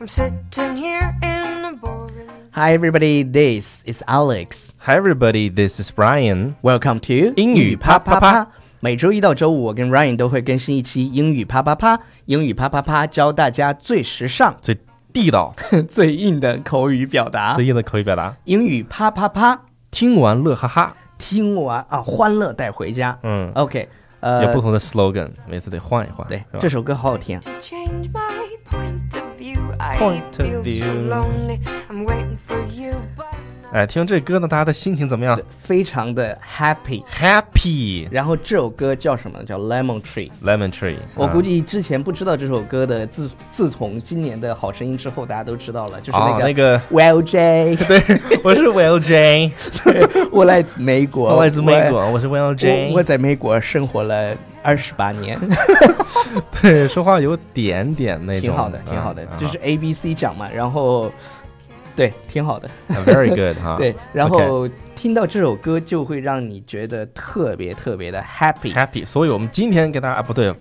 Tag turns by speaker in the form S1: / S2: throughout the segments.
S1: I'm sitting here in a boring.
S2: Hi everybody, this is Alex.
S3: Hi everybody, this is Brian.
S2: Welcome to
S3: 英语啪啪啪。
S2: 每周一到周五，我跟 Ryan 都会更新一期英语啪啪啪。英语啪啪啪教大家最时尚、
S3: 最地道、
S2: 最硬的口语表达
S3: 最。硬的口语表 达，
S2: 英语啪啪啪，
S3: 听完乐哈哈。
S2: 听完啊，欢乐带回家。
S3: 嗯，
S2: OK，
S3: 有
S2: 呃
S3: 不，同的 slogan，每次得换一换。
S2: 对
S3: 是吧，
S2: 这首歌好好听啊。
S1: To change my point of view, I
S3: Point of
S1: feel so
S3: view.
S1: lonely. I'm waiting for you, but I'm not.
S3: 哎，听完这歌呢，大家的心情怎么样
S2: 非常的 happy。
S3: ？Happy
S2: 然后这首歌叫什么？叫 Lemon Tree。
S3: Lemon Tree。啊
S2: 我估
S3: 计
S2: 计之前不知道这首歌的，自自从今年的好声音之后，大家都知道了，就是
S3: 哦，那个
S2: Well J，
S3: 对，我是 Will J，
S2: 我来自美国，
S3: 我来自美国，我是 Will
S2: 我。我
S3: J。
S2: 我在美国生活了二十八年，
S3: 对说话有点点那种，
S2: 挺好的，挺好的
S3: 嗯，
S2: 就是 A B C 奖嘛，然后，对，挺好的，
S3: 啊 very good 哈。
S2: 对，然后听到这首歌就会让你觉得特别特别的 happy。
S3: Happy，所以我们今天给大家啊，不对，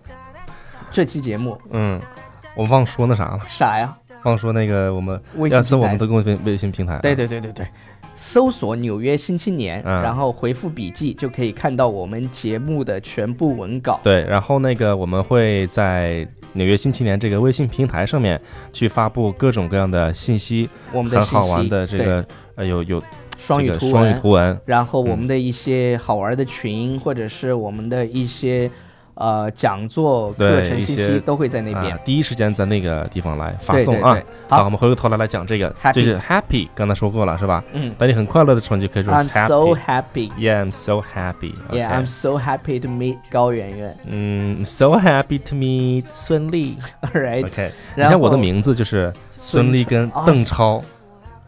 S2: 这期节目
S3: 嗯，我忘说那啥了，
S2: 啥呀？
S3: 忘说那个我们
S2: 微信
S3: 要搜
S2: 平
S3: 我
S2: 台
S3: 们的公众微信平台啊。
S2: 对对对对对，搜索“纽约新青年”，
S3: 嗯
S2: 然后回复“笔记”就可以看到我们节目的全部文稿。
S3: 对，然后那个我们会在纽约新青年这个微信平台上面去发布各种各样的信息，
S2: 我们的
S3: 很
S2: 信息
S3: 好玩的这
S2: 对
S3: 个呃有有
S2: 双
S3: 这
S2: 语
S3: 个
S2: 图
S3: 双语
S2: 文，
S3: 图文，啊
S2: 然后
S3: 嗯
S2: 我们的一些好玩的群，或者是我们的一些呃讲座、课
S3: 对
S2: 程
S3: 一
S2: 信
S3: 些
S2: 息都会在那边
S3: 啊，。第一时间在那个地方来发
S2: 对
S3: 送
S2: 对
S3: 啊。
S2: 对，
S3: 好，我
S2: 好
S3: 们回过头来来讲这个
S2: Happy
S3: 就是 happy，刚才说过了是吧？
S2: 嗯
S3: 当你很快乐的时候，你就可以说
S2: ，I'm
S3: is happy。
S2: so happy。
S3: Yeah, I'm so happy. o k
S2: Yeah, I'm so happy to meet 高圆圆。
S3: 嗯，so happy to meet 孙俪。
S2: All right，
S3: OK，你
S2: 然后
S3: 看我的名字就是孙俪跟
S2: 孙哦
S3: 邓超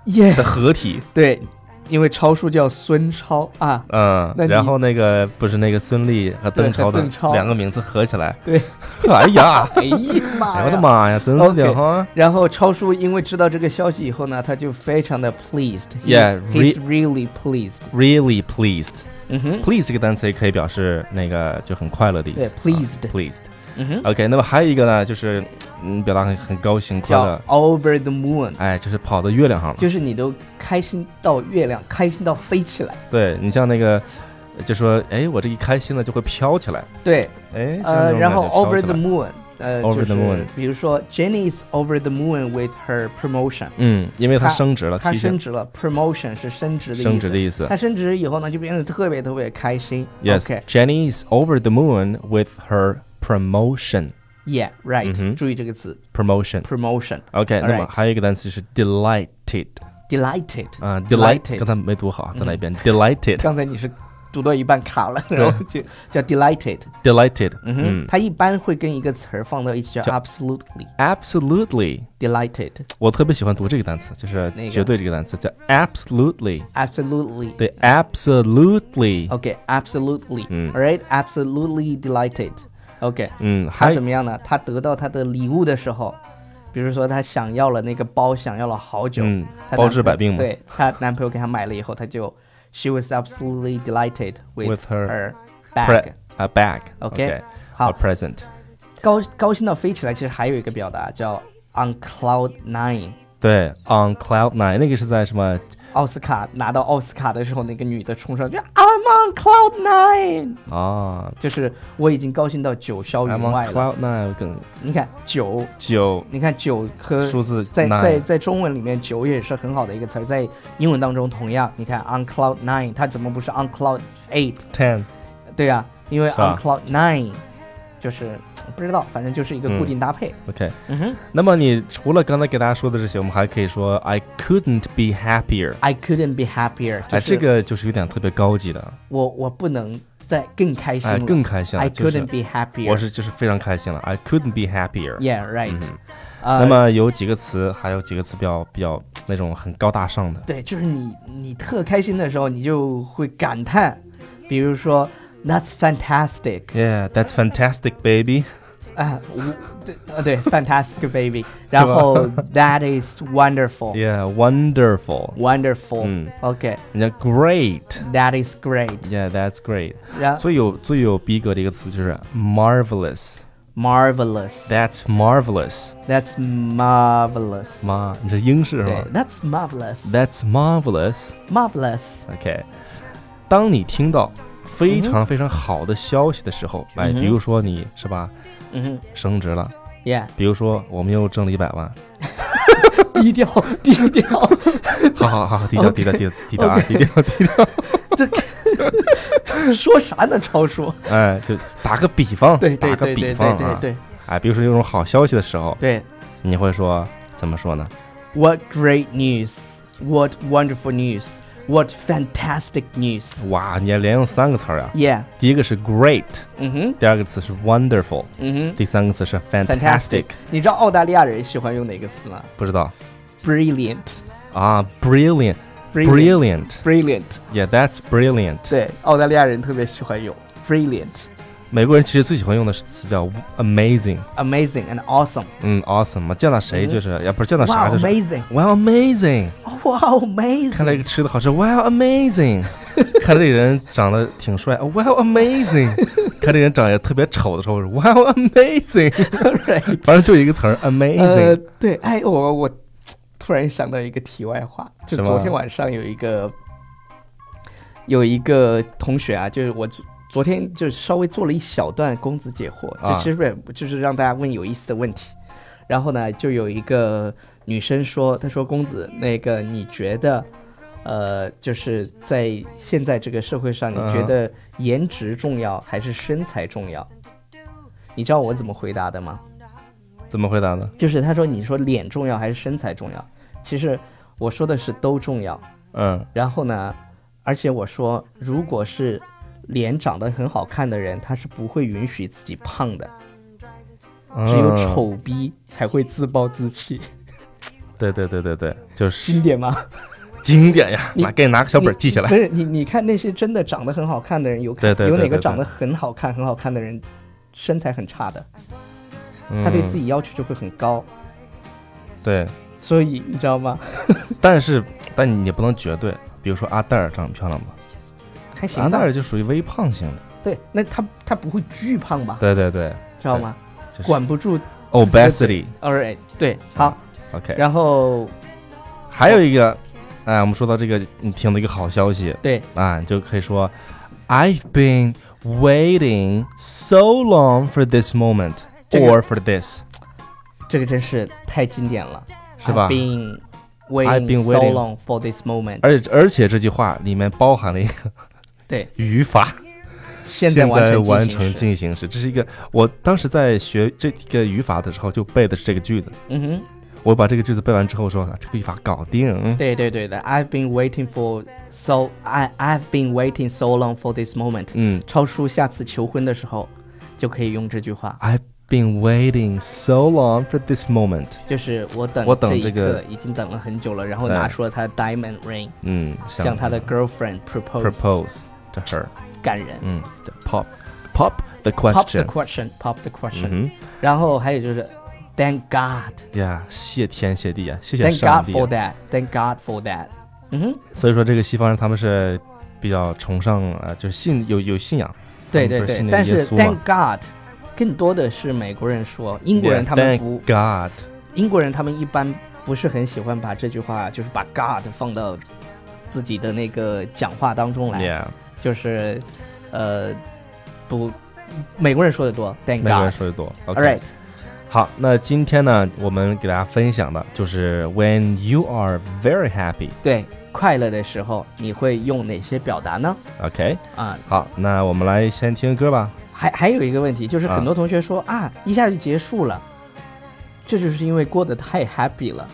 S2: 耶
S3: 的，合体，
S2: 对，因为超叔叫孙超啊。
S3: 嗯
S2: 那，你
S3: 然后那个不是那个孙俪和邓
S2: 对和
S3: 超的
S2: 邓超
S3: 两个名字合起来，
S2: 对，
S3: 哎 呀，
S2: 哎呀妈
S3: 哎
S2: 呀！
S3: 我的妈呀，真是的哈
S2: 然后超叔因为知道这个消息以后呢，他就非常的 pleased。
S3: Yeah,
S2: he's really pleased。
S3: ，really pleased。
S2: 嗯哼，
S3: please 这个单词也可以表示那个就很快乐的意思。
S2: 对，pleased
S3: 啊 pleased。
S2: 嗯哼，
S3: OK，那么还有一个呢，就是嗯，表达很很高兴快
S2: 叫
S3: 乐，
S2: over the moon，
S3: 哎，就是跑到月亮上了。
S2: 就是你都开心到月亮，开心到飞起来。
S3: 对你像那个，就说哎，我这一开心呢就会飘起来，
S2: 对，
S3: 哎，像
S2: 呃，
S3: 这种
S2: 然后
S3: 感觉飘
S2: over
S3: 起
S2: the
S3: 来
S2: moon，呃就
S3: Over the moon
S2: 是比如说 Jenny is over the moon with her promotion，
S3: 嗯，因为它
S2: 它
S3: 升职了，
S2: 她
S3: 提前
S2: 升职了，promotion 是升职的意思。
S3: 升职的意思。
S2: 她升职以后呢，就变得特别特别开心。
S3: Yes, Jenny is over the moon with her promotion.
S2: OK，yeah，right，、
S3: 嗯哼啊
S2: 注意这个词
S3: Promotion.
S2: promotion。
S3: OK，那么
S2: Alright
S3: 还有一个单词是 delighted
S2: Delighted，
S3: 啊
S2: Delighted Mm-hmm.
S3: ，delight，刚才没读好，再来一遍 ，delighted，delighted。
S2: 刚才你是读到一半卡了，然后就叫 delighted。
S3: Delighted，
S2: 嗯哼，
S3: 嗯
S2: 它一般会跟一个词儿放到一起叫
S3: 叫
S2: absolutely
S3: ，absolutely，
S2: delighted。
S3: 我特别喜欢读这个单词，就是
S2: 哪个
S3: 绝对这个单词叫 absolutely，
S2: Absolutely，
S3: 对，absolutely，
S2: ，OK，absolutely，
S3: 嗯
S2: a l right，absolutely delighted。OK，
S3: 嗯，
S2: 他
S3: 还
S2: 怎么样呢？他得到他的礼物的时候，比如说他想要了那个包，想要了好久，
S3: 嗯
S2: 她男
S3: 包治
S2: 朋友
S3: 百病嘛
S2: 对，她男朋友给她买了以后，她就 she was absolutely delighted with,
S3: With her
S2: bag。
S3: a bag，OK，
S2: OK，
S3: a
S2: 好，
S3: present，
S2: 高高兴到飞起来，其实还有一个表达叫 on cloud nine。
S3: 对，on cloud nine，那个是在什么？
S2: 奥斯卡拿到奥斯卡的时候，那个女的冲上去，I'm on cloud nine，
S3: 啊
S2: 就是我已经高兴到九霄
S3: ，I'm
S2: 云外
S3: on
S2: 了。
S3: cloud nine 更
S2: 你看九，
S3: 九
S2: 你看九和
S3: 数字
S2: 在
S3: nine
S2: 在在中文里面九也是很好的一个词儿，在英文当中同样，你看 on cloud nine，它怎么不是 on cloud eight？
S3: ten，
S2: 对啊，因为
S3: 是吧
S2: on cloud nine 就是不知道，反正就是一个
S3: 嗯
S2: 固定搭配。
S3: OK，
S2: 嗯哼
S3: 那么你除了刚才给大家说的这些，我们还可以说 I couldn't be happier。
S2: ，I couldn't be happier，就
S3: 哎，
S2: 是
S3: 这个就是有点特别高级的，
S2: 我我不能再更开心
S3: 哎，
S2: 了，
S3: 更开心了。
S2: I
S3: 就是
S2: couldn't be happier，
S3: 我是就是非常开心了，I couldn't be happier。
S2: Yeah right，
S3: 嗯
S2: 呃
S3: 那么有几个词，还有几个词比较比较那种很高大上的，
S2: 对，就是你你特开心的时候，你就会感叹，比如说 That's fantastic，
S3: Yeah, that's fantastic, baby.
S2: 啊，我 对呃对，fantastic baby，然后 That is wonderful，wonderful，OK，、
S3: Yeah, wonderful. 嗯
S2: OK，
S3: 人家 great.
S2: That is great，
S3: Yeah, that's great.
S2: 然后
S3: 最有最有逼格的一个词就是 marvelous.
S2: marvelous.
S3: That's marvelous，
S2: That's marvelous.
S3: 妈，你是英式是
S2: 对
S3: 吗
S2: ，That's marvelous.
S3: ？That's marvelous。
S2: Marvelous.
S3: OK，当你听到非
S2: 嗯
S3: 常非常好的消息的时候，哎，
S2: 嗯哼
S3: 比如说你是吧，
S2: 嗯
S3: 升职了，
S2: 哼，Yeah，
S3: 比如说我们又挣了一百万，
S2: 低调低 调，
S3: 好好好，低调低调低调低调啊，低调低调，
S2: 说啥呢？超叔，
S3: 哎，就打个比方，
S2: 对对
S3: 打个
S2: 对
S3: 比
S2: 对对
S3: 方
S2: 对
S3: 啊，
S2: 对
S3: 哎，比如说有种好消息的时候，
S2: 对
S3: 你会说怎么说呢？
S2: ，What great news! What wonderful news! What fantastic news!
S3: 哇，你要连用三个词儿啊，
S2: Yeah，
S3: 第一个是 great，
S2: 嗯哼，
S3: 第二个词是 wonderful，
S2: 嗯哼
S3: 第三个词是 fantastic，
S2: ，fantastic。你知道澳大利亚人喜欢用哪个词吗
S3: 不知道
S2: ？Brilliant，brilliant，brilliant。
S3: 啊，brilliant，brilliant，yeah，that's
S2: Brilliant，
S3: brilliant。
S2: 对，澳大利亚人特别喜欢用 brilliant、
S3: 美国人其实最喜欢用的词叫 amazing，
S2: amazing and awesome。
S3: 嗯，awesome 嘛，见到谁就是，
S2: 嗯
S3: 也、不是见到啥就是
S2: amazing！
S3: wow amazing，
S2: 哦哇，amazing！
S3: 看到一个吃的好吃，wow amazing，看到 这人长得挺帅，wow amazing，看 这人长得特别丑的时候，wow amazing，
S2: Right
S3: 反正就一个词儿
S2: 呃
S3: amazing，、，
S2: 对，哎，我我突然想到一个题外话，就是
S3: 吗
S2: 昨天晚上有一个有一个同学啊，就是我昨昨天就稍微做了一小段公子解惑，
S3: 啊
S2: 就其实不是就是让大家问有意思的问题，然后呢，就有一个女生说，她说公子，那个你觉得？呃，就是在现在这个社会上，你
S3: 嗯
S2: 觉得颜值重要还是身材重要？你知道我怎么回答的吗？
S3: 怎么回答呢？
S2: 就是他说你说脸重要还是身材重要？其实我说的是都重要。
S3: 嗯，
S2: 然后呢，而且我说如果是脸长得很好看的人，他是不会允许自己胖的，只有
S3: 嗯，
S2: 丑逼才会自暴自弃，
S3: 嗯对对对对对，就是
S2: 经典吗？
S3: 经典呀，
S2: 你
S3: 拿给你拿个小本儿记下
S2: 你
S3: 来
S2: 不，是你，你看那些真的长得很好看的人，有看
S3: 对对对
S2: 有哪
S3: 对
S2: 个
S3: 对
S2: 长得很好看很好看的人，身材很差的，他
S3: 他
S2: 对自己要求就会很高。
S3: 嗯对，
S2: 所以你知道吗？
S3: 但是但你也不能绝对，比如说阿黛尔长得漂亮吗？
S2: 还行
S3: 阿黛
S2: 吧
S3: 尔。就属于微胖型的，
S2: 对，那他他不会巨胖吧？
S3: 对对对，
S2: 知道吗？
S3: 就是
S2: 管不住
S3: obesity。
S2: All right，对，好，
S3: OK，
S2: 然后
S3: 还有一个，哎，我们说到这个，你听到一个好消息
S2: 对
S3: 啊，你就可以说，I've been waiting so long for this moment
S2: 这个
S3: or for this，
S2: 这个真是太经典了，
S3: 是吧
S2: I've been
S3: I've
S2: waiting
S3: been
S2: so
S3: waiting
S2: long for this moment。
S3: 而且而且这句话里面包含了一个
S2: 对，
S3: 语法，
S2: 现
S3: 在
S2: 完成
S3: 完
S2: 成
S3: 成进行时，这是一个我当时在学这个语法的时候就背的是这个句子，
S2: 嗯哼，
S3: 我把这个句子背完之后说，啊这个语法搞定。
S2: 对对对的，I've been waiting for so I I've been waiting so long for this moment。
S3: 嗯
S2: 超叔下次求婚的时候就可以用这句话，
S3: ，I've been waiting so long for this moment。
S2: 就是我等
S3: 我等
S2: 这一
S3: 这个哎
S2: 刻已经等了很久了，然后
S3: 对
S2: 拿出了他的 diamond ring，
S3: 嗯，
S2: 向他的 girlfriend propose，
S3: propose to her，
S2: 感人。
S3: 嗯就，pop pop
S2: Pop the
S3: the question，
S2: question, pop the question、
S3: 嗯
S2: 然后还有就是，Thank God,
S3: 哼，呀，谢天谢地啊，谢谢
S2: Thank
S3: 上
S2: God
S3: 帝
S2: for
S3: 啊。
S2: that, Thank God for that。嗯哼，
S3: 所以说，这个西方人他们是比较崇尚啊，呃就是信有有信仰，
S2: 对对
S3: 不是
S2: 对
S3: 信，那
S2: 但
S3: 个耶
S2: 是
S3: 稣嘛
S2: Thank God，更多的是美国人说，英国人他们
S3: Yeah，
S2: 不
S3: Thank God，
S2: 英国人他们一般不是很喜欢把这句话，就是把 God 放到自己的那个讲话当中来
S3: yeah，
S2: 就是呃不，美国人说的多，Thank
S3: 美国人
S2: God。
S3: 说的多。
S2: All right，
S3: OK，好，那今天呢，我们给大家分享的就是 When you are very happy，OK，
S2: 对，快乐的时候你会用哪些表达呢？啊、
S3: 好，那我们来先听歌吧。
S2: 还还有一个问题，就是
S3: 啊
S2: 很多同学说啊一下就结束了，这就是因为过得太 happy 了。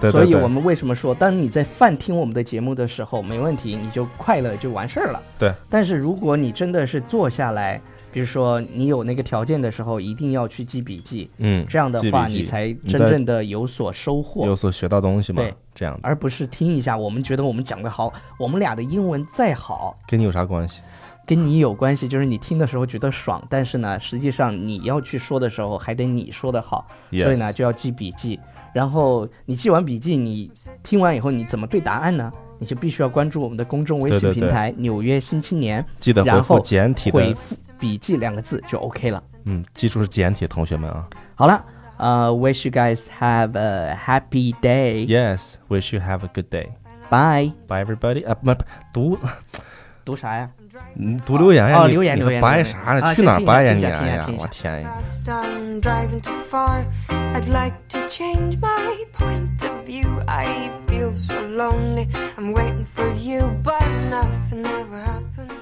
S3: 对
S2: 所
S3: 对
S2: 以我
S3: 对，
S2: 们为什么说，当你在饭听我们的节目的时候，没问题，你就快乐就完事儿了。
S3: 对。
S2: 但是如果你真的是坐下来，比如说你有那个条件的时候，一定要去记笔记，
S3: 嗯，
S2: 这样的
S3: 记笔
S2: 话
S3: 记
S2: 你才
S3: 你
S2: 真
S3: 在
S2: 正的有所收
S3: 有
S2: 获。
S3: 所学到东西嘛
S2: 对，
S3: 这样的
S2: 而不是听一下，我们觉得我们讲的好，我们俩的英文再好，
S3: 跟你有啥关系？
S2: 跟你有关系，就是你听的时候觉得爽，但是呢，实际上你要去说的时候，还得你说的好
S3: Yes
S2: 所以呢就要记笔记。然后你记完笔记，你听完以后你怎么对答案呢？你就必须要关注我们的公众微信
S3: 对对对
S2: 平台《纽约新青年
S3: 记得回
S2: 然
S3: 复
S2: 后
S3: 简体》，的
S2: 回复“笔记”两个字就 OK 了。
S3: 嗯，记住是简体，同学们啊。
S2: 好了，呃、w i s h you guys have a happy day.
S3: Yes, wish you have a good day.
S2: Bye.
S3: Bye everybody. 啊，不不读
S2: 读啥呀？
S3: 嗯读留言呀，
S2: 哦
S3: 你
S2: 留言
S3: 你
S2: 留言
S3: 掰
S2: 留言
S3: 啥呢？
S2: 啊
S3: 去哪儿
S2: 先听一下
S3: 掰呀
S2: 听一下听，一
S3: 你？哎呀
S2: 下
S3: 我天呀！
S1: Fast, I'm driving too far. I'd like to change my point of view. I feel so lonely. I'm waiting for you, but nothing ever happened.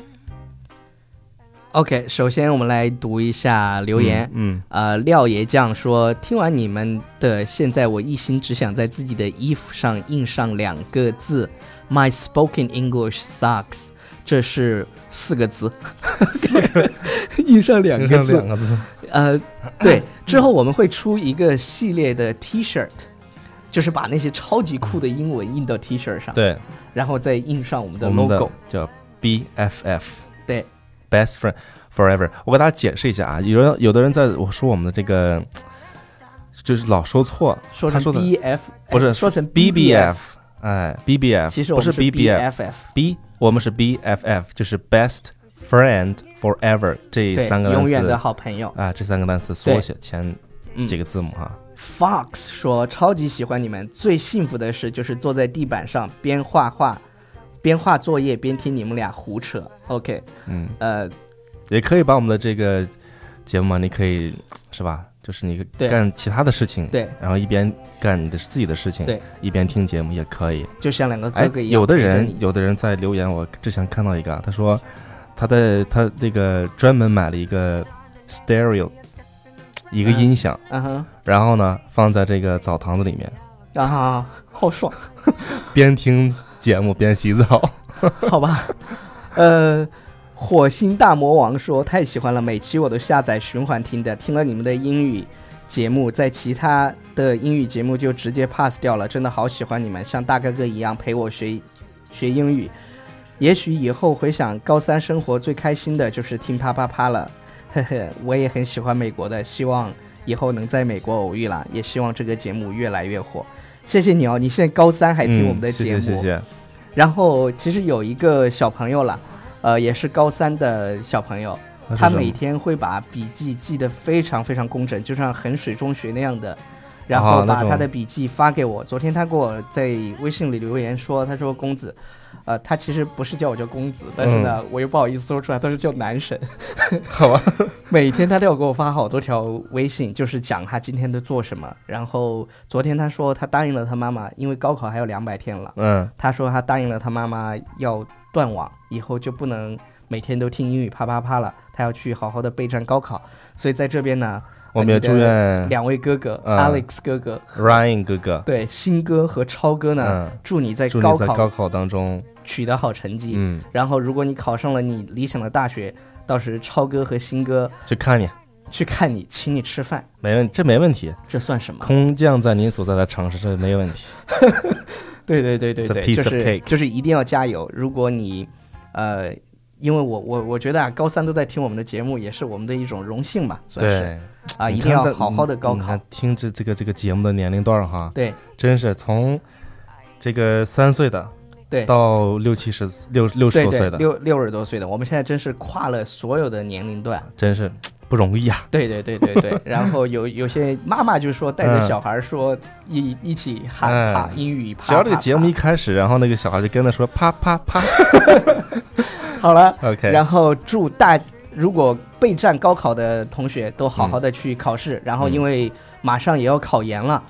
S2: OK，首先我们来读一下留言。
S3: 嗯，
S2: 呃，廖爷酱说，听完你们的，现在我一心只想在自己的衣服上印上两个字，My spoken English sucks。这是四个字，印上两
S3: 嗯
S2: 个
S3: 两
S2: 字。
S3: 个字，
S2: 呃，对，之后我们会出一个系列的 T 恤，就是把那些超级酷的英文印到 T 恤上，
S3: 对，
S2: 然后再印上我们的
S3: 我们
S2: logo
S3: 的。叫 BFF。
S2: 对，
S3: best friend forever。我给大家解释一下啊，有人有的人在我说我们的这个，就是老说错，
S2: 说
S3: 他
S2: 成
S3: 说的
S2: BF，
S3: 不是
S2: 哎说成
S3: BBF，哎，BBF，
S2: 其实我
S3: 不
S2: 们
S3: 是 BBF，B
S2: BFF。
S3: 我们是 BFF，就是 best friend forever 这
S2: 对，
S3: 三个单
S2: 永远的嗯
S3: 词
S2: 好朋友。
S3: 啊，这三个单词缩写前几个字母啊，
S2: Fox 说超级喜欢你们，最幸福的事就是坐在地板上边画画，边画作业边听你们俩胡扯。OK，
S3: 嗯，
S2: 呃，
S3: 也可以把我们的这个节目嘛，你可以是吧？就是你
S2: 对
S3: 干其他的事情，
S2: 对，
S3: 然后一边干你的自己的事情，
S2: 对，
S3: 一边听节目也可以。
S2: 就像两个哥
S3: 哎
S2: 哥，一样。
S3: 有的
S2: 陪着
S3: 人
S2: 你
S3: 有的人在留言，我之前看到一个啊，他说他在他那个专门买了一个 stereo 一个
S2: 嗯
S3: 音响，
S2: 嗯哼
S3: 然后呢放在这个澡堂子里面，
S2: 啊，好爽，
S3: 边听节目边洗澡。
S2: 好吧，呃。火星大魔王说：“太喜欢了，每期我都下载循环听的。听了你们的英语节目，在其他的英语节目就直接 pass 掉了。真的好喜欢你们，像大哥哥一样陪我学学英语。也许以后回想高三生活，最开心的就是听啪啪啪了。 呵呵，我也很喜欢美国的，希望以后能在美国偶遇啦。也希望这个节目越来越火。谢谢你哦，你现在高三还听我们的
S3: 嗯
S2: 节目，
S3: 谢谢谢谢。
S2: 然后其实有一个小朋友啦，呃，也是高三的小朋友，
S3: 那是
S2: 他
S3: 什么
S2: 每天会把笔记记得非常非常工整，就像衡水中学那样的，然后
S3: 啊那
S2: 把
S3: 种
S2: 他的笔记发给我。昨天他给我在微信里留言说，他说公子。呃，他其实不是叫我叫公子，但是
S3: 嗯
S2: 呢，我又不好意思说出来，他是叫男神。
S3: 好吧，
S2: 每天他都要给我发好多条微信，就是讲他今天都做什么。然后昨天他说他答应了他妈妈，因为高考还有两百天了，
S3: 嗯，
S2: 他说他答应了他妈妈要断网，以后就不能每天都听英语啪啪啪了，他要去好好的备战高考。所以在这边呢，
S3: 我们也祝愿
S2: 两位哥哥、
S3: 嗯
S2: Alex 哥哥，
S3: Ryan 哥哥，
S2: 对新哥和超哥呢，
S3: 嗯
S2: 祝你在
S3: 祝你
S2: 高
S3: 在
S2: 考
S3: 高考当中，
S2: 取得好成绩。
S3: 嗯，
S2: 然后，如果你考上了你理想的大学，到时超哥和新哥
S3: 就看你，
S2: 去看你，请你吃饭，
S3: 没问这没问题，
S2: 这算什么？
S3: 空降在您所在的城市这没问题。
S2: 对对对对
S3: It's a
S2: 对，
S3: piece
S2: 就
S3: of cake
S2: 是就是一定要加油。如果你呃，因为我我我觉得啊，高三都在听我们的节目，也是我们的一种荣幸吧，算是
S3: 对
S2: 啊，
S3: 你
S2: 一定
S3: 看
S2: 要
S3: 在
S2: 好好的高
S3: 你
S2: 考
S3: 看。听这这个这个节目的年龄段儿哈，
S2: 对
S3: 真是从这个三岁的
S2: 对
S3: 到六七十六六十
S2: 对
S3: 多岁
S2: 对，
S3: 的，
S2: 六六十多岁的，我们现在真是跨了所有的年龄段。
S3: 真是不容易啊！
S2: 对对对对 对。然后有有些妈妈就说带着
S3: 嗯
S2: 小孩儿说一一起
S3: 嗯
S2: 喊哈英语啪啪啪，
S3: 只要这个节目一开始，然后那个小孩就跟他说啪啪 啪
S2: 好了，
S3: ，OK，
S2: 然后祝大如果备战高考的同学都好好的去考试，然后因
S3: 嗯
S2: 为马上也要考研了，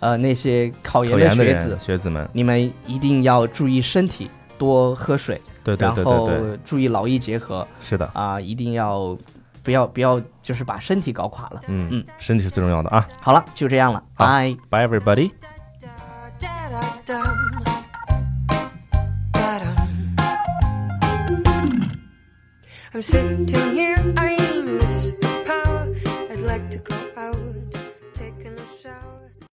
S2: 呃，那些考研
S3: 考研的
S2: 学
S3: 人
S2: 子，
S3: 学子们，
S2: 你们一定要注意身体，多喝水，
S3: 对对对
S2: 然
S3: 对对，
S2: 后注意劳逸结合
S3: 是的，
S2: 啊、一定要不要不要就是把身体搞垮了。
S3: 嗯
S2: 嗯，
S3: 身体是最重要的啊
S2: 好了，就这样了，
S3: 好
S2: 拜。
S3: ！Bye everybody。
S1: Da-da-dum. Da-dum. I'm sitting here, I miss the power. I'd like to go